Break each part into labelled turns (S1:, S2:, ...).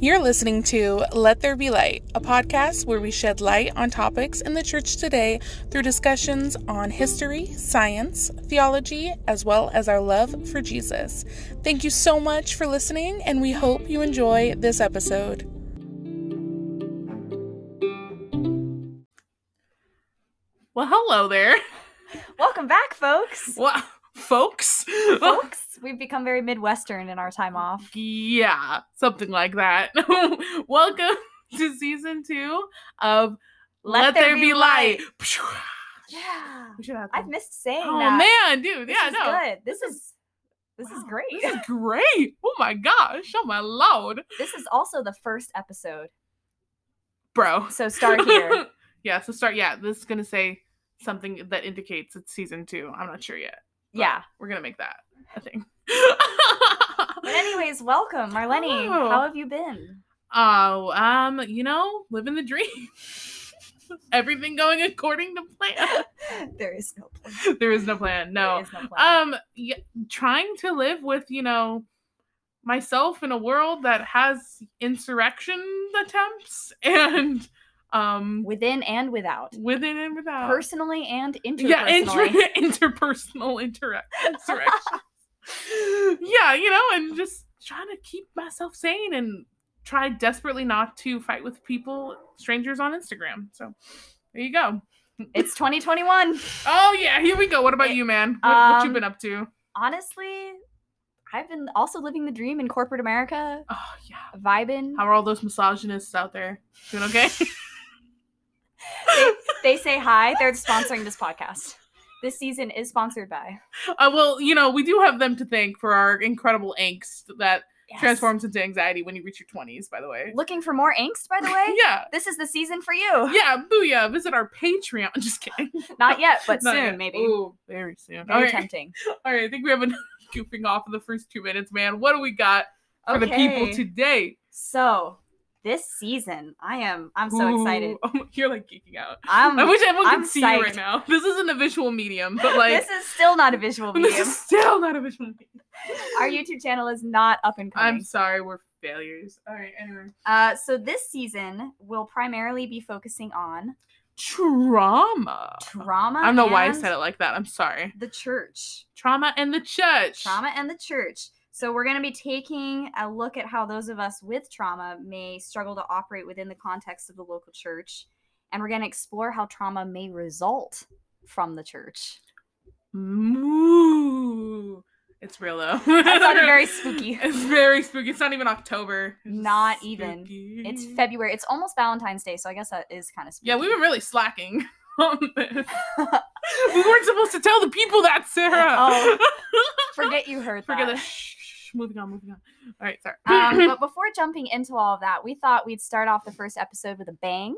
S1: You're listening to Let There Be Light, a podcast where we shed light on topics in the church today through discussions on history, science, theology, as well as our love for Jesus. Thank you so much for listening, and we hope you enjoy this episode. Well, hello there.
S2: Welcome back, folks.
S1: Well, folks.
S2: folks, we've become very Midwestern in our time off.
S1: yeah, something like that. Welcome to season two of Let, There, Be, Light.
S2: Yeah.
S1: We should have
S2: I've missed saying
S1: Oh
S2: that.
S1: man, dude,
S2: This
S1: yeah,
S2: is
S1: no.
S2: good. This, is this is
S1: Wow,
S2: great.
S1: This is great. Oh my gosh. Oh my lord.
S2: this is also the first episode.
S1: Bro.
S2: So start here.
S1: yeah, so start yeah, this is gonna say something that indicates it's season two. I'm not sure yet. but
S2: yeah.
S1: We're gonna make that a thing.
S2: But anyways, welcome, Marlene.
S1: Hello.
S2: How have you been?
S1: Oh, um, you know, living the dream. Everything going according to plan.
S2: There is no plan.
S1: there is no plan. No.
S2: There is no plan.
S1: um y- trying to live with you know myself in a world that has insurrection attempts and um
S2: Within and without.
S1: within and without
S2: Personally and interpersonally.
S1: yeah inter- interpersonal interact insurrections yeah you know and just trying to keep myself sane and try desperately not to fight with people strangers on instagram so there you go
S2: it's 2021.
S1: oh yeah here we go what about
S2: It-
S1: you man what, what you
S2: um,
S1: been up to
S2: Honestly, I've been also living the dream in corporate America,
S1: oh yeah
S2: vibing.
S1: How are all those misogynists out there doing okay?
S2: they say hi. They're sponsoring this podcast. This season is sponsored by
S1: uh, well, you know, we do have them to thank for our incredible angst that
S2: Yes.
S1: transforms into anxiety when you reach your 20s, by the way.
S2: Looking for more angst, by the way.
S1: Yeah.
S2: This is the season for you.
S1: Yeah, booyah. Visit our Patreon. Just kidding.
S2: Not yet, but
S1: Not
S2: soon,
S1: yet.
S2: maybe.
S1: Ooh, very soon.
S2: Very
S1: all, right.
S2: tempting.
S1: all right. I think we have enough goofing off in the first two minutes, man. What do we got for the people
S2: Okay.
S1: today?
S2: So this season, I am. I'm so
S1: Ooh,
S2: excited. Um,
S1: oh, you're like geeking out.
S2: I'm.
S1: I wish everyone
S2: I'm
S1: could see you right
S2: psyched.
S1: now. This isn't a visual medium, but like,
S2: this is still not a visual
S1: this
S2: medium.
S1: is still not a visual medium.
S2: Our YouTube channel is not up and coming.
S1: I'm sorry, we're failures. All right, anyway.
S2: Uh, so this season will primarily be focusing on
S1: Trauma.
S2: trauma.
S1: Uh, I don't know why I
S2: and
S1: said it like that. I'm sorry.
S2: The church.
S1: Trauma and the church.
S2: trauma and the church. So we're going to be taking a look at how those of us with trauma may struggle to operate within the context of the local church, and we're going to explore how trauma may result from the church.
S1: Moo. It's real though. That
S2: sounded very spooky.
S1: It's very spooky. It's not even October. It's
S2: Not even.
S1: spooky.
S2: It's February. It's almost Valentine's Day, so I guess that is kind of
S1: Mm.
S2: spooky.
S1: Yeah, we've been really slacking on this. we weren't supposed to tell the people that, Sarah.
S2: Oh, forget you heard
S1: Forget
S2: that.
S1: this. Shh, shh, shh. moving on, moving on. All right, sorry.
S2: um, but before jumping into all of that, we thought we'd start off the first episode with a bang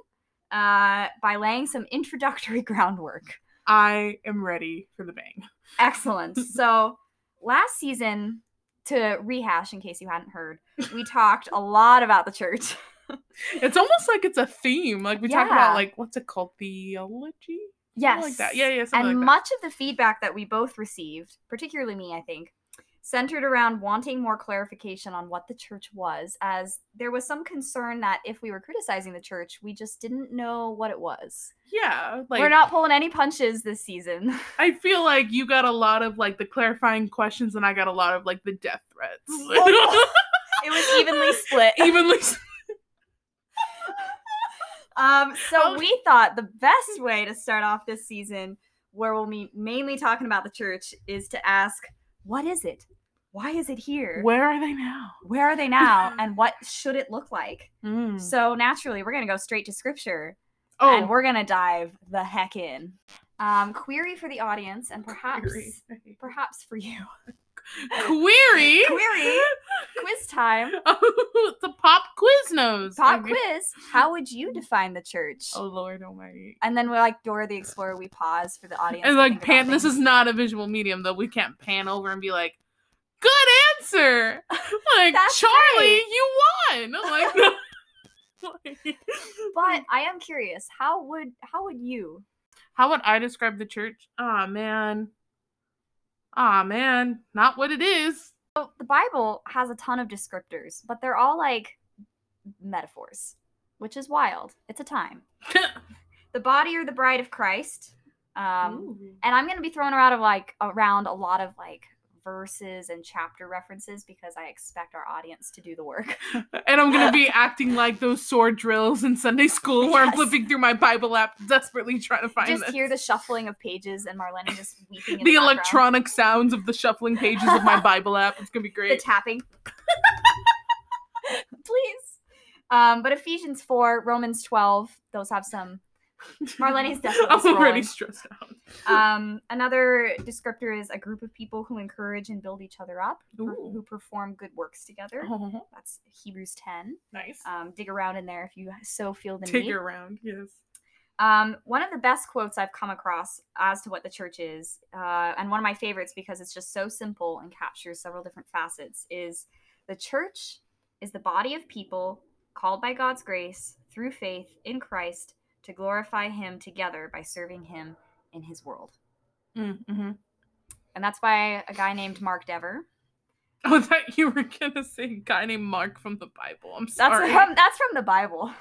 S2: uh, by laying some introductory groundwork.
S1: I am ready for the bang.
S2: Excellent. So last season, to rehash in case you hadn't heard, we talked a lot about the church.
S1: It's almost like it's a theme. Like we talk about
S2: Yeah.
S1: like what's it called? Theology?
S2: Yes.
S1: Something like that. Yeah, yeah, something
S2: And
S1: like
S2: much of the feedback that we both received, particularly me, I think, centered around wanting more clarification on what the church was, as there was some concern that if we were criticizing the church, we just didn't know what it was.
S1: that. Yeah. Like
S2: we're not pulling any punches this season.
S1: I feel like you got a lot of like the clarifying questions and I got a lot of like the death threats.
S2: Oh, it was evenly split.
S1: Evenly
S2: Um, so
S1: Um,
S2: we thought the best way to start off this season, where we'll be mainly talking about the church, is to ask, what is it? Why is it here? Where,
S1: Where are they now?
S2: are they now? and what should it look like? So naturally, we're gonna go straight to scripture,
S1: Hmm. Oh
S2: and we're gonna dive the heck in. Um, query for the audience, and perhaps,
S1: query.
S2: perhaps for you,
S1: Query.
S2: Query. quiz time,
S1: it's a pop quiz nose.
S2: pop quiz. How would you define the church?
S1: Oh Lord almighty.
S2: And then we're like Dora the Explorer. We pause for the audience.
S1: And
S2: to
S1: like
S2: think about
S1: pan this
S2: things.
S1: is not a visual medium though. We can't pan over and be like, good answer. Like
S2: That's
S1: Charlie,
S2: right.
S1: you won. Like, like
S2: But I am curious, how would how would you?
S1: How would I describe the church? Ah man. Ah man, not what it is.
S2: So the Bible has a ton of descriptors, but they're all like metaphors, which is wild. It's a time. the body or the bride of Christ. Um,
S3: Ooh.
S2: and I'm going to be throwing around of like around a lot of like verses and chapter references because I expect our audience to do the work.
S1: And I'm gonna be acting like those sword drills in Sunday school where I'm
S2: Yes.
S1: flipping through my Bible app desperately trying to find
S2: just
S1: this.
S2: hear the shuffling of pages and Marlena just weeping. In
S1: the
S2: background.
S1: electronic sounds of the shuffling pages of my Bible app. It's gonna be
S2: the
S1: great.
S2: tapping. Please. Um, but Ephesians 4, Romans 12, those have some. Marlene's definitely
S1: I'm already
S2: scrolling.
S1: stressed out.
S2: Um, another descriptor is a group of people who encourage and build each other up, who-
S1: Ooh.
S2: who perform good works together.
S1: Oh,
S2: That's Hebrews 10.
S1: nice.
S2: Um, dig around in there if you so feel the
S1: Take
S2: need.
S1: her around. Yes.
S2: Um, one of the best quotes I've come across as to what the church is, uh, and one of my favorites because it's just so simple and captures several different facets, is the church is the body of people called by God's grace through faith in Christ to glorify Him together by serving Him in His world. Mm,
S1: Mm-hmm.
S2: And that's by a guy named Mark Dever.
S1: Oh, that you were gonna say a guy named Mark from the Bible. I'm
S2: That's
S1: sorry.
S2: from that's from the Bible.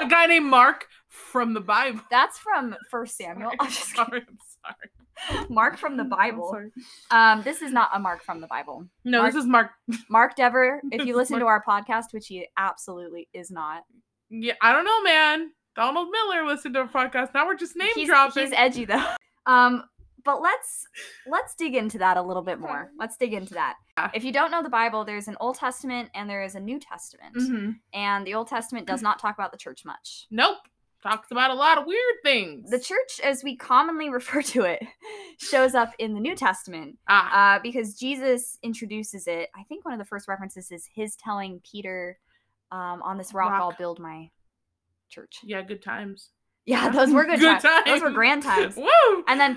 S1: a guy named Mark from the Bible.
S2: That's from First Samuel. I'm just kidding.
S1: sorry. I'm sorry.
S2: Mark from the
S1: I'm
S2: Bible.
S1: sorry.
S2: Um, this is not a Mark from the Bible.
S1: No,
S2: Mark-
S1: this is Mark.
S2: Mark Dever, if you
S1: It's
S2: listen to our podcast, which he absolutely is not,
S1: Yeah, I don't know, man. Donald Miller listened to our podcast. Now we're just name
S2: he's,
S1: dropping.
S2: he's edgy though. Um, but let's let's dig into that a little bit more. Let's dig into that.
S1: Yeah.
S2: If you don't know the Bible, there's an Old Testament and there is a New Testament,
S1: Mhm.
S2: and the Old Testament
S1: Mm-hmm.
S2: does not talk about the church much.
S1: Nope. Talks about a lot of weird things.
S2: The church, as we commonly refer to it, shows up in the New Testament
S1: ah,
S2: uh, because Jesus introduces it. I think one of the first references is his telling Peter, um, "On this rock,
S1: Rock.
S2: I'll build my church."
S1: yeah, good times.
S2: Yeah, those were good, times. Those were grand times.
S1: Woo!
S2: And then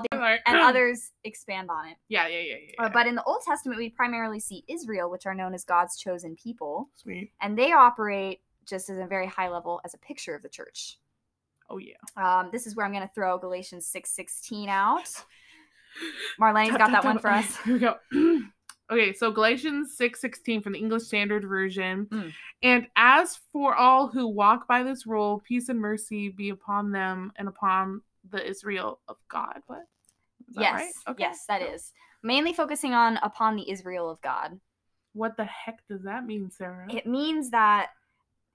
S2: the-
S1: Alright.
S2: and others expand on it.
S1: Yeah, yeah, yeah, yeah.
S2: Uh, but in the Old Testament, we primarily see Israel, which are known as God's chosen people,
S1: sweet.
S2: and they operate just as a very high level as a picture of the church.
S1: Oh yeah.
S2: Um, this is where I'm going to throw Galatians six sixteen out. Marlene's got that one for us.
S1: Here we go. okay, so Galatians six sixteen from the English Standard Version.
S2: Mm.
S1: And as for all who walk by this rule, peace and mercy be upon them and upon the Israel of God. What? Is that
S2: yes,
S1: right?
S2: yes, that
S1: Cool.
S2: is mainly focusing on upon the Israel of God.
S1: What the heck does that mean, Sarah?
S2: It means that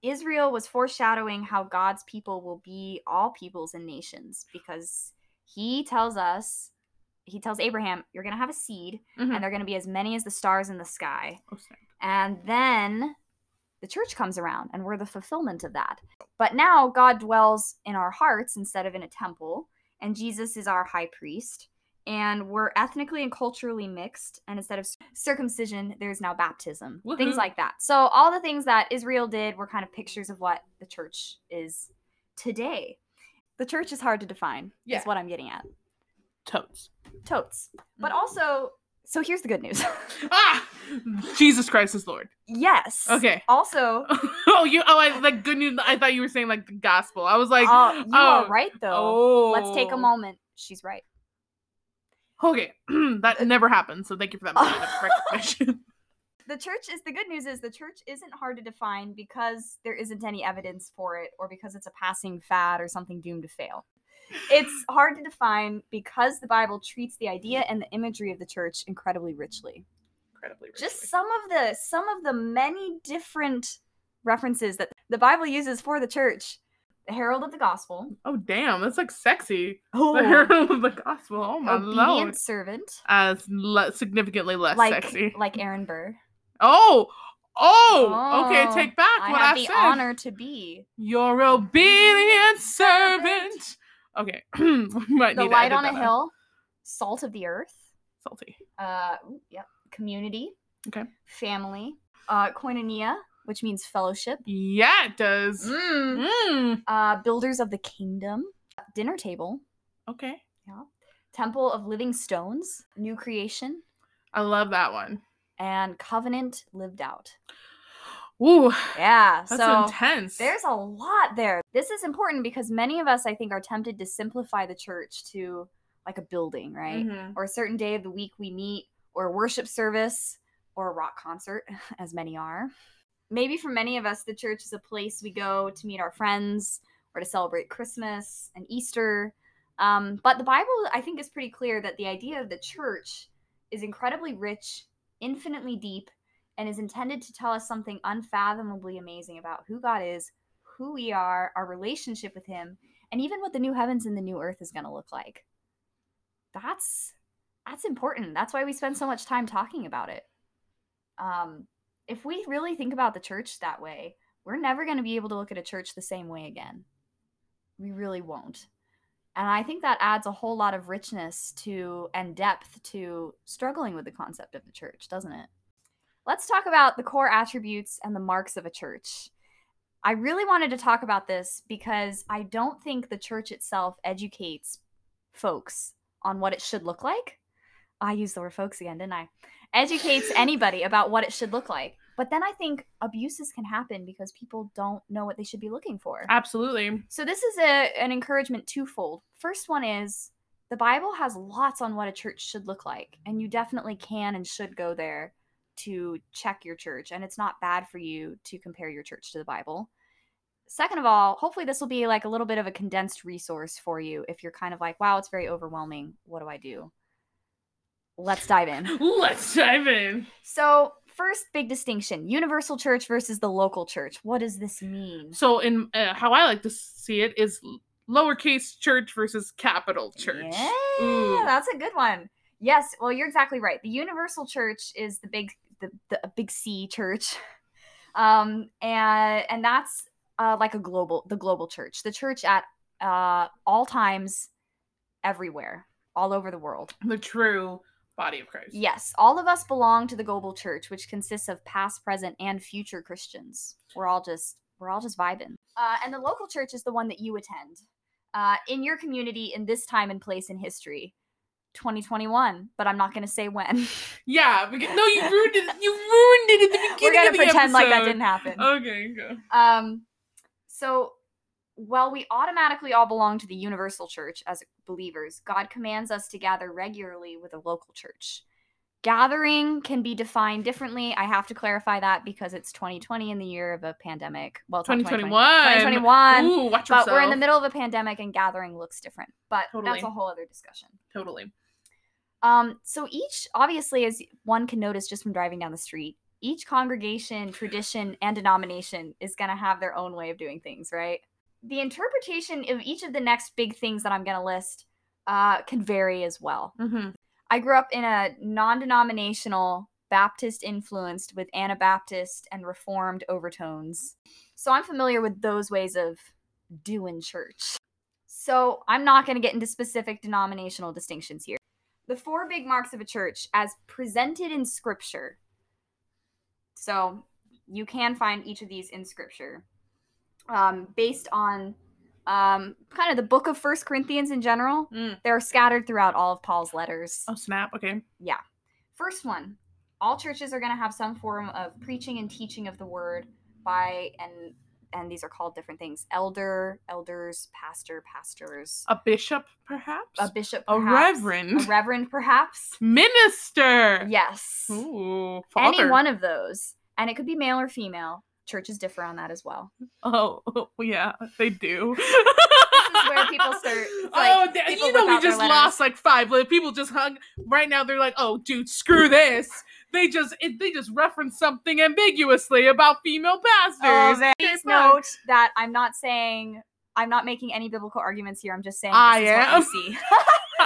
S2: Israel was foreshadowing how God's people will be all peoples and nations because he tells us, he tells Abraham, you're going to have a seed
S1: Mhm.
S2: and they're going to be as many as the stars in the sky.
S1: Oh, snap.
S2: And then the church comes around and we're the fulfillment of that. But now God dwells in our hearts instead of in a temple, and Jesus is our high priest. And we're ethnically and culturally mixed. And instead of circumcision, there's now baptism,
S1: Woohoo.
S2: things like that. So, all the things that Israel did were kind of pictures of what the church is today. The church is hard to define,
S1: Yeah.
S2: is what I'm getting at.
S1: Totes.
S2: Totes. But
S1: Mm-hmm.
S2: also, so here's the good news.
S1: Mm. Ah! Jesus Christ is Lord.
S2: yes.
S1: Okay.
S2: Also,
S1: oh, you. Oh, I like good news. I thought you were saying like the gospel. I was like,
S2: uh, you
S1: oh,
S2: are right though.
S1: Oh,
S2: Let's take a moment. She's right.
S1: Okay, that never happened. So thank you for that moment of recognition.
S2: The church is the good news is the church isn't hard to define because there isn't any evidence for it or because it's a passing fad or something doomed to fail. It's hard to define because the Bible treats the idea and the imagery of the church incredibly richly.
S1: Incredibly rich.
S2: Just some of the some of the many different references that the Bible uses for the church. The herald of the gospel.
S1: Oh damn, that's like sexy. The
S2: Oh,
S1: herald of the gospel. Oh my
S2: obedient
S1: lord.
S2: servant.
S1: As le- significantly less
S2: Like
S1: sexy.
S2: like Aaron Burr.
S1: Oh, oh. Okay,
S2: Oh,
S1: take back
S2: I
S1: what
S2: have
S1: I
S2: the
S1: said.
S2: honor to be
S1: Your obedient servant. Okay, we might
S2: the
S1: need to
S2: light
S1: edit
S2: on a
S1: that out.
S2: hill, salt of the earth,
S1: Salty.
S2: uh, ooh, yep, community,
S1: Okay.
S2: family, uh, koinonia, which means fellowship,
S1: Yeah, it does.
S2: mm.
S1: Mm.
S2: uh, builders of the kingdom, dinner table,
S1: Okay,
S2: temple of living stones, new creation,
S1: I love that one.
S2: and covenant lived out.
S1: Ooh,
S2: Yeah,
S1: that's
S2: so.
S1: intense.
S2: There's a lot there. This is important because many of us, I think, are tempted to simplify the church to like a building, right?
S1: Mhm.
S2: or a certain day of the week we meet, or a worship service, or a rock concert, as many are. Maybe for many of us, the church is a place we go to meet our friends or to celebrate Christmas and Easter. Um, but the Bible, I think, is pretty clear that the idea of the church is incredibly rich, infinitely deep, and is intended to tell us something unfathomably amazing about who God is, who we are, our relationship with Him, and even what the new heavens and the new earth is going to look like. That's that's important. That's why we spend so much time talking about it. Um, if we really think about the church that way, we're never going to be able to look at a church the same way again. We really won't. And I think that adds a whole lot of richness to and depth to struggling with the concept of the church, doesn't it? Let's talk about the core attributes and the marks of a church. I really wanted to talk about this because I don't think the church itself educates folks on what it should look like. I used the word folks again, didn't I? Educates anybody about what it should look like. But then I think abuses can happen because people don't know what they should be looking for.
S1: Absolutely.
S2: So this is a an encouragement twofold. First one is the Bible has lots on what a church should look like, and you definitely can and should go there to check your church, and it's not bad for you to compare your church to the Bible. Second of all, hopefully this will be like a little bit of a condensed resource for you if you're kind of like, wow, it's very overwhelming. What do I do? Let's dive in.
S1: Let's dive in.
S2: So, first big distinction universal church versus the local church what does this mean
S1: So, in uh, how I like to see it is lowercase church versus capital church.
S2: yeah
S1: Ooh.
S2: that's a good one yes well you're exactly right the universal church is the big the, the a big c church um and and that's uh like a global the global church the church at uh all times everywhere all over the world
S1: The true body of Christ.
S2: Yes, all of us belong to the global church, which consists of past, present, and future Christians. We're all just we're all just vibing. Uh, and the local church is the one that you attend uh, in your community in this time and place in history, 2021. But I'm not going to say when.
S1: Yeah, because no, you ruined it. You ruined it at the
S2: We're
S1: beginning.
S2: going
S1: of
S2: to
S1: the
S2: pretend like that
S1: episode.
S2: didn't happen.
S1: Okay, go.
S2: Um, so while we automatically all belong to the universal church as believers, God commands us to gather regularly with a local church. Gathering can be defined differently. I have to clarify that because it's 2020 in the year of a pandemic. Well, it's not
S1: 2021.
S2: 2021.
S1: Ooh, watch
S2: But
S1: yourself.
S2: we're in the middle of a pandemic and gathering looks different. But
S1: Totally.
S2: that's a whole other discussion.
S1: Totally.
S2: Um, so each, obviously, as one can notice just from driving down the street, each congregation, tradition, and denomination is going to have their own way of doing things, right? The interpretation of each of the next big things that I'm going to list uh, can vary as well.
S1: Mm-hmm.
S2: I grew up in a non denominational, Baptist influenced with Anabaptist and Reformed overtones. So I'm familiar with those ways of doing church. So I'm not going to get into specific denominational distinctions here. The four big marks of a church as presented in Scripture. So you can find each of these in Scripture um, based on um, kind of the book of First Corinthians in general.
S1: Mm.
S2: They're scattered throughout all of Paul's letters.
S1: Oh snap! Okay.
S2: First one, all churches are going to have some form of preaching and teaching of the word by and and these are called different things: elder, elders, pastor, pastors,
S1: A bishop, perhaps.
S2: a bishop,
S1: a
S2: perhaps,
S1: reverend.
S2: a reverend, perhaps.
S1: Minister.
S2: Yes,
S1: Ooh, father.
S2: any one of those, and it could be male or female. Churches differ on that as well.
S1: Oh, oh, yeah, they do.
S2: This is where people start. It's
S1: oh,
S2: like
S1: da-
S2: people
S1: you know
S2: whip
S1: we
S2: out their
S1: just
S2: letters.
S1: lost like five. Like, people just hung. Right now they're like, "Oh, dude, screw this." They just it, they just reference something ambiguously about female
S2: Oh,
S1: pastors.
S2: man.
S1: Okay,
S2: please
S1: fine.
S2: note that I'm not saying I'm not making any biblical arguments here. I'm just saying this
S1: I
S2: is what
S1: am.
S2: you see.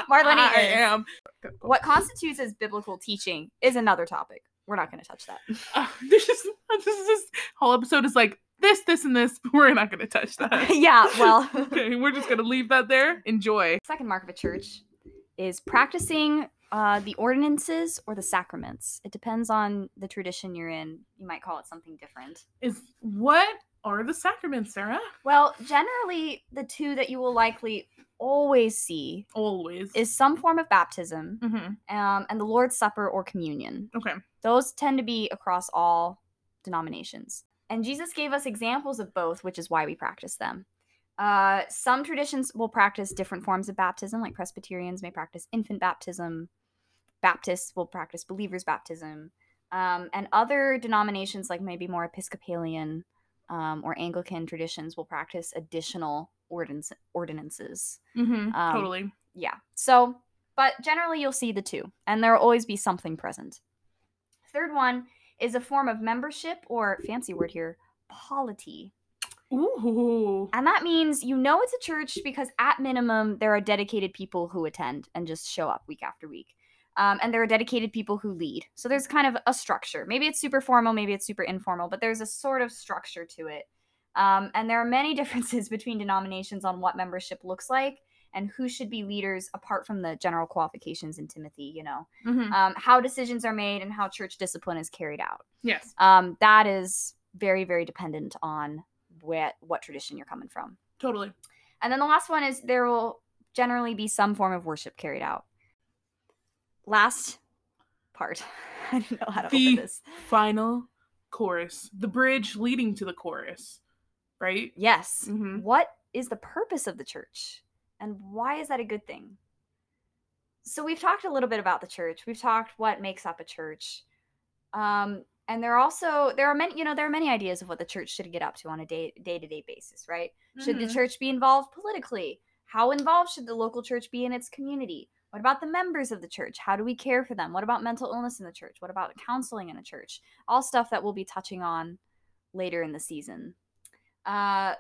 S2: Marlene
S1: I
S2: is.
S1: am.
S2: What constitutes as biblical teaching is another topic. We're not going to touch that.
S1: Uh, this is this is this whole episode is like this, this, and this. But we're not gonna touch that.
S2: yeah, well,
S1: okay, we're just gonna leave that there. Enjoy.
S2: second mark of a church is practicing uh, the ordinances or the sacraments. It depends on the tradition you're in. You might call it something different.
S1: Is what are the sacraments, Sarah?
S2: Well, generally, the two that you will likely always see
S1: Always.
S2: is some form of baptism
S1: hmm
S2: um, and the Lord's Supper or communion.
S1: Okay.
S2: Those tend to be across all denominations. And Jesus gave us examples of both, which is why we practice them. Uh, some traditions will practice different forms of baptism, like Presbyterians may practice infant baptism, Baptists will practice believer's baptism, Um, and other denominations, like maybe more Episcopalian um, or Anglican traditions, will practice additional ordinance- ordinances.
S1: Mm-hmm,
S2: Um,
S1: totally.
S2: Yeah. So, but generally you'll see the two, and there will always be something present. Third one is a form of membership or fancy word here, polity.
S1: Ooh.
S2: And that means you know it's a church because, at minimum, there are dedicated people who attend and just show up week after week. Um, and there are dedicated people who lead. So there's kind of a structure. Maybe it's super formal, maybe it's super informal, but there's a sort of structure to it. Um, and there are many differences between denominations on what membership looks like and who should be leaders apart from the general qualifications in Timothy, you know,
S1: Mhm.
S2: um, how decisions are made and how church discipline is carried out
S1: Yes.
S2: um, that is very very dependent on what what tradition you're coming from
S1: Totally.
S2: and then the last one is there will generally be some form of worship carried out last part i don't know how to
S1: The-
S2: open this
S1: Final chorus. The bridge leading to the chorus. Right?
S2: yes
S1: Mm-hmm.
S2: what is the purpose of the church and why is that a good thing so we've talked a little bit about the church we've talked what makes up a church um, and there are also there are many you know there are many ideas of what the church should get up to on a day day-to-day basis right should
S1: Mm. Mm-hmm.
S2: the church be involved politically how involved should the local church be in its community what about the members of the church how do we care for them what about mental illness in the church what about counseling in a church all stuff that we'll be touching on later in the season uh,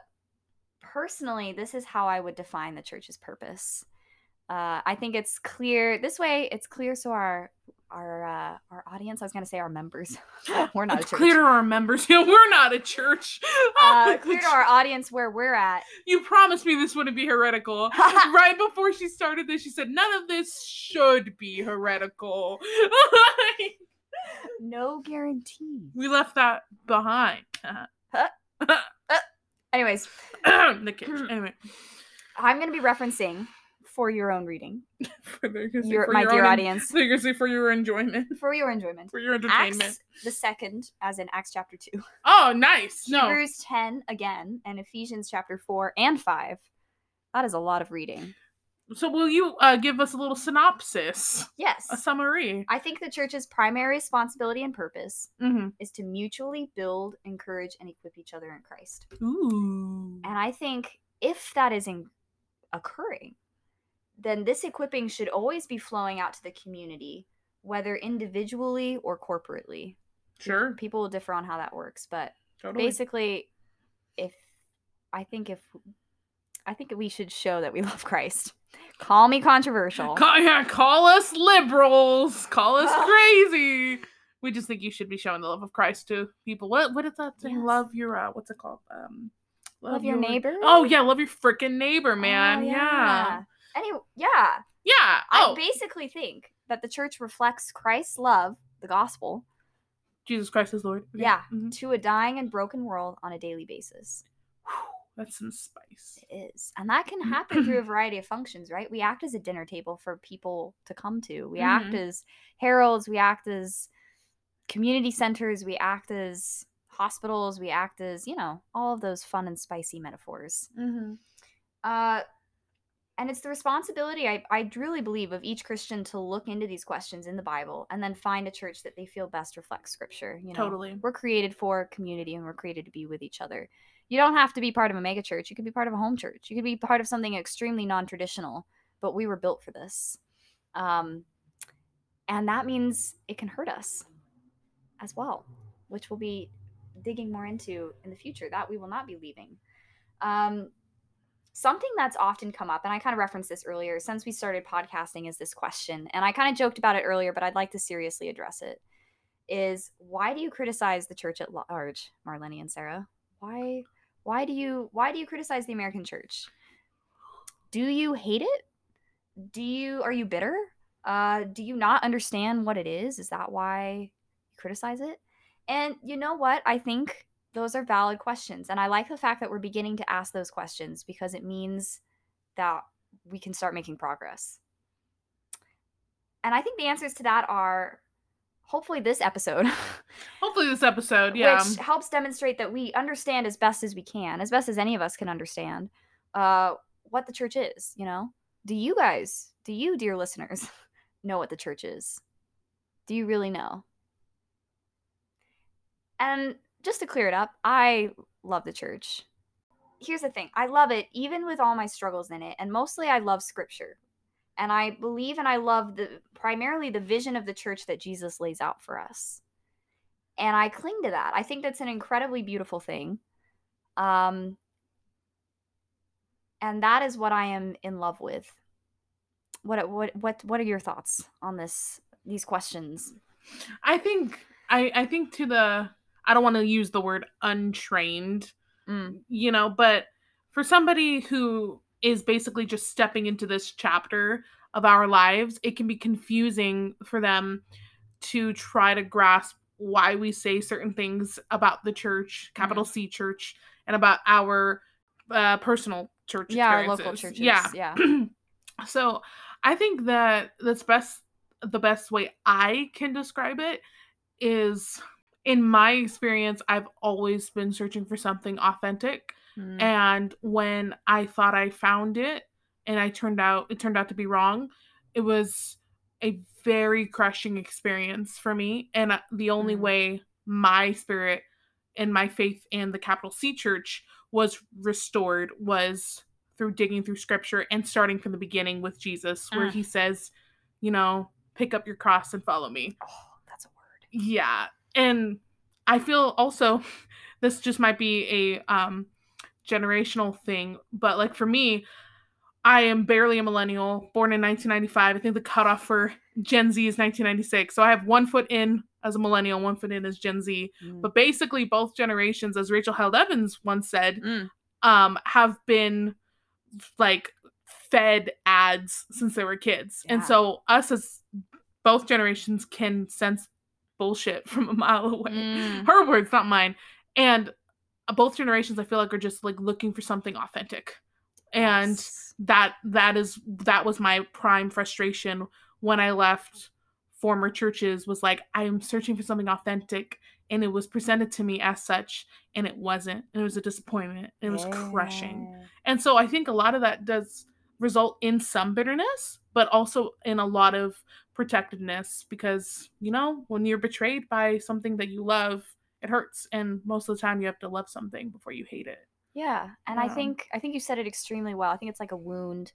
S2: personally, this is how I would define the church's purpose. Uh, I think it's clear this way. It's clear so our our uh, our audience. I was gonna say our members. We're not
S1: it's
S2: a church.
S1: clear to our members. Yeah, we're not a church.
S2: uh, clear to our audience where we're at.
S1: You promised me this wouldn't be heretical. right before she started this, she said, none of this should be heretical.
S2: no guarantee.
S1: we left that behind.
S2: Anyways,
S1: the kids. Anyway.
S2: I'm gonna be referencing for your own reading,
S1: For their, for
S2: your, my
S1: your
S2: dear
S1: own-
S2: audience,
S1: So you're gonna say for your enjoyment.
S2: for your enjoyment.
S1: For your entertainment.
S2: Acts the second, as in Acts chapter two.
S1: Oh, nice. No.
S2: Hebrews 10 again and Ephesians chapter 4 and 5. That is a lot of reading.
S1: So will you uh, give us a little synopsis, a
S2: Yes.
S1: summary?
S2: I think the church's primary responsibility and purpose
S1: Mm-hmm.
S2: is to mutually build, encourage, and equip each other in Christ.
S1: Ooh.
S2: And I think if that is in- occurring, then this equipping should always be flowing out to the community, whether individually or corporately.
S1: Sure.
S2: People will differ on how that works, but
S1: Totally.
S2: basically if i think if i think we should show that we love christ call me controversial
S1: Call, yeah, call us liberals. Call us
S2: Ah.
S1: crazy. We just think you should be showing the love of Christ to people. What what is that thing?
S2: Yes.
S1: Love your uh, what's it called? Um,
S2: Love your neighbor?
S1: Oh yeah, love your freaking neighbor, man.
S2: Oh,
S1: yeah.
S2: anyway yeah
S1: Yeah.
S2: i
S1: Oh,
S2: basically think that the church reflects christ's love the gospel
S1: Jesus Christ is Lord. Okay.
S2: Yeah.
S1: Mhm.
S2: to a dying and broken world on a daily basis
S1: Whew, That's some spice.
S2: It is and that can happen through a variety of functions right we act as a dinner table for people to come to we act as heralds we act as community centers we act as hospitals we act as you know all of those fun and spicy metaphors
S1: Mm-hmm.
S2: uh and it's the responsibility I, I truly believe of each christian to look into these questions in the bible and then find a church that they feel best reflects scripture you know
S1: Totally.
S2: we're created for community and we're created to be with each other. You don't have to be part of a mega church. You could be part of a home church. You could be part of something extremely non traditional, but we were built for this. Um, and that means it can hurt us as well, which we'll be digging more into in the future that we will not be leaving. Um, something that's often come up, and I kind of referenced this earlier since we started podcasting, is this question. And I kind of joked about it earlier, but I'd like to seriously address it is why do you criticize the church at large, Marlene and Sarah? Why why do you why do you criticize the American church? Do you hate it? Do you are you bitter? Uh, do you not understand what it is? Is that why you criticize it? And you know what? I think those are valid questions, and I like the fact that we're beginning to ask those questions because it means that we can start making progress. And I think the answers to that are hopefully this episode.
S1: Hopefully this episode, yeah.
S2: which helps demonstrate that we understand as best as we can, as best as any of us can understand, uh, what the church is. You know, do you guys, do you, dear listeners, know what the church is? Do you really know? And just to clear it up, I love the church. Here's the thing I love it, even with all my struggles in it. And mostly, I love scripture. And I believe and I love the primarily the vision of the church that Jesus lays out for us. And I cling to that. I think that's an incredibly beautiful thing. Um, and that is what I am in love with. What what what what are your thoughts on this these questions?
S1: I think I I think to the I don't want to use the word untrained,
S2: Mm,
S1: you know, but for somebody who is basically just stepping into this chapter of our lives, it can be confusing for them to try to grasp why we say certain things about the church, capital
S2: Mm-hmm.
S1: C church, and about our uh, personal church.
S2: yeah, our local
S1: experiences.
S2: churches.
S1: Yeah.
S2: yeah.
S1: so I think that that's best the best way I can describe it is in my experience, I've always been searching for something authentic.
S2: Mm.
S1: And when I thought I found it and I turned out it turned out to be wrong, it was a very crushing experience for me. And uh, the only
S2: Mhm.
S1: way my spirit and my faith in the capital C church was restored was through digging through scripture and starting from the beginning with Jesus, where
S2: Mm.
S1: he says, you know, pick up your cross and follow me.
S2: oh, that's a word.
S1: Yeah. And I feel also this just might be a um generational thing, but like for me, I am barely a millennial, born in 1995. I think the cutoff for Gen Z is 1996. So I have one foot in as a millennial, one foot in as Gen Z.
S2: Mm.
S1: But basically, both generations, as Rachel Held Evans once said,
S2: Mm.
S1: um, have been like fed ads since they were kids. And
S2: Yeah.
S1: so us as both generations can sense bullshit from a mile away.
S2: Mm.
S1: Her words, not mine. And uh, both generations I feel like are just like looking for something authentic. And
S2: Yes.
S1: that that is that was my prime frustration when I left former churches was like I am searching for something authentic and it was presented to me as such and it wasn't. And it was a disappointment. It was crushing.
S2: Yeah.
S1: And so I think a lot of that does result in some bitterness, but also in a lot of protectiveness because, you know, when you're betrayed by something that you love, it hurts. And most of the time you have to love something before you hate it.
S2: Yeah, and I
S1: Yeah.
S2: think I think you said it extremely well. I think it's like a wound.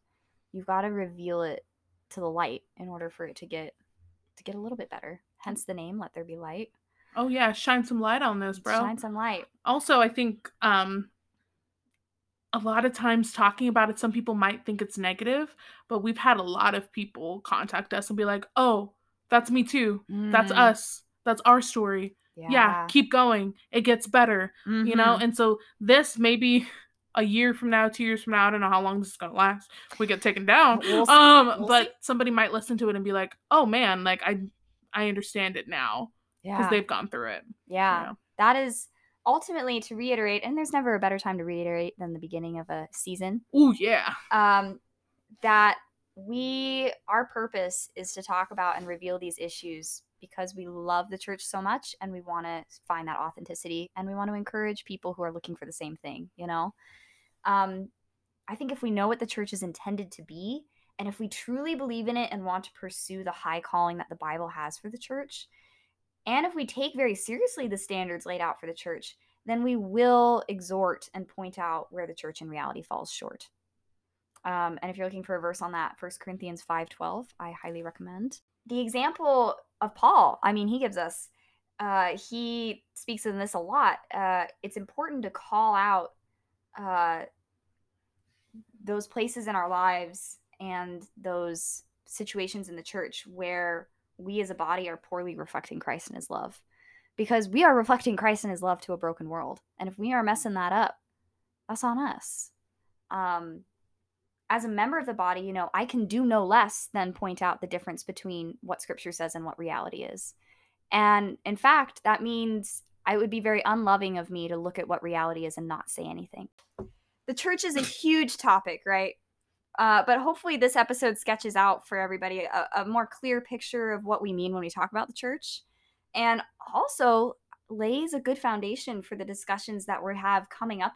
S2: You've got to reveal it to the light in order for it to get to get a little bit better. Hence the name, let there be light.
S1: Oh yeah, shine some light on this, bro.
S2: Shine some light.
S1: also, I think um a lot of times talking about it, some people might think it's negative, but we've had a lot of people contact us and be like, Oh, that's me too. That's
S2: Mm,
S1: us. That's our story. yeah keep going it gets better you know
S2: Mhm.
S1: and so this maybe a year from now two years from now i don't know how long this is going to last we get taken down
S2: We'll see.
S1: um
S2: We'll
S1: but
S2: see.
S1: somebody might listen to it and be like oh man like i i understand it now because
S2: yeah.
S1: they've gone through it
S2: yeah.
S1: yeah.
S2: That is ultimately to reiterate, and there's never a better time to reiterate than the beginning of a season.
S1: oh yeah
S2: um, that we our purpose is to talk about and reveal these issues because we love the church so much and we want to find that authenticity and we want to encourage people who are looking for the same thing you know um, i think if we know what the church is intended to be and if we truly believe in it and want to pursue the high calling that the bible has for the church and if we take very seriously the standards laid out for the church then we will exhort and point out where the church in reality falls short um, and if you're looking for a verse on that, 1 Corinthians 5.12, I highly recommend. The example of Paul, I mean, he gives us, uh, he speaks in this a lot. Uh, it's important to call out uh, those places in our lives and those situations in the church where we as a body are poorly reflecting Christ and his love. Because we are reflecting Christ and his love to a broken world. And if we are messing that up, that's on us. Um, as a member of the body, you know, I can do no less than point out the difference between what scripture says and what reality is. And in fact, that means I would be very unloving of me to look at what reality is and not say anything. The church is a huge topic, right? Uh, but hopefully, this episode sketches out for everybody a, a more clear picture of what we mean when we talk about the church and also lays a good foundation for the discussions that we have coming up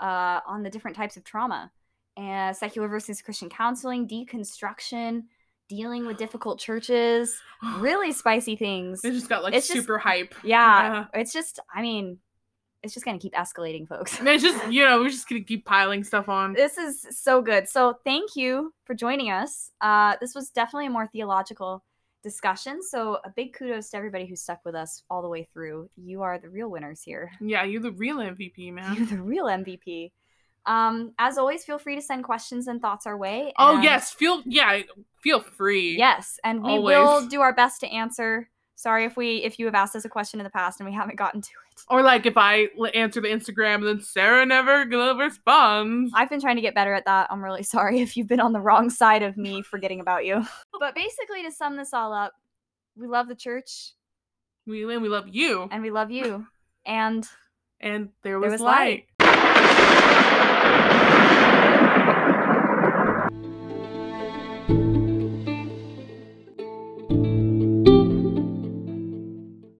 S2: uh, on the different types of trauma and secular versus Christian counseling, deconstruction, dealing with difficult churches, really spicy things.
S1: It just got like
S2: It's just-
S1: super hype. Uh-huh.
S2: Yeah, it's just, I mean, it's just going to keep escalating, folks.
S1: And it's just, you know, we're just going to keep piling stuff on.
S2: This is so good. So thank you for joining us. Uh, this was definitely a more theological discussion. So a big kudos to everybody who stuck with us all the way through. You are the real winners here.
S1: Yeah, you're the real MVP, man.
S2: You're the real MVP. Um, as always, feel free to send questions and thoughts our way.
S1: Oh
S2: and-
S1: yes, feel yeah, feel free.
S2: yes, and we
S1: Always.
S2: will do our best to answer. Sorry if we if you have asked us a question in the past and we haven't gotten to it.
S1: Or like if I l- answer the Instagram, then Sarah never gl- responds.
S2: I've been trying to get better at that. I'm really sorry if you've been on the wrong side of me forgetting about you. But basically, to sum this all up, we love the church
S1: we and we love you.
S2: and we love you. And
S1: And there was,
S2: was light.
S1: light.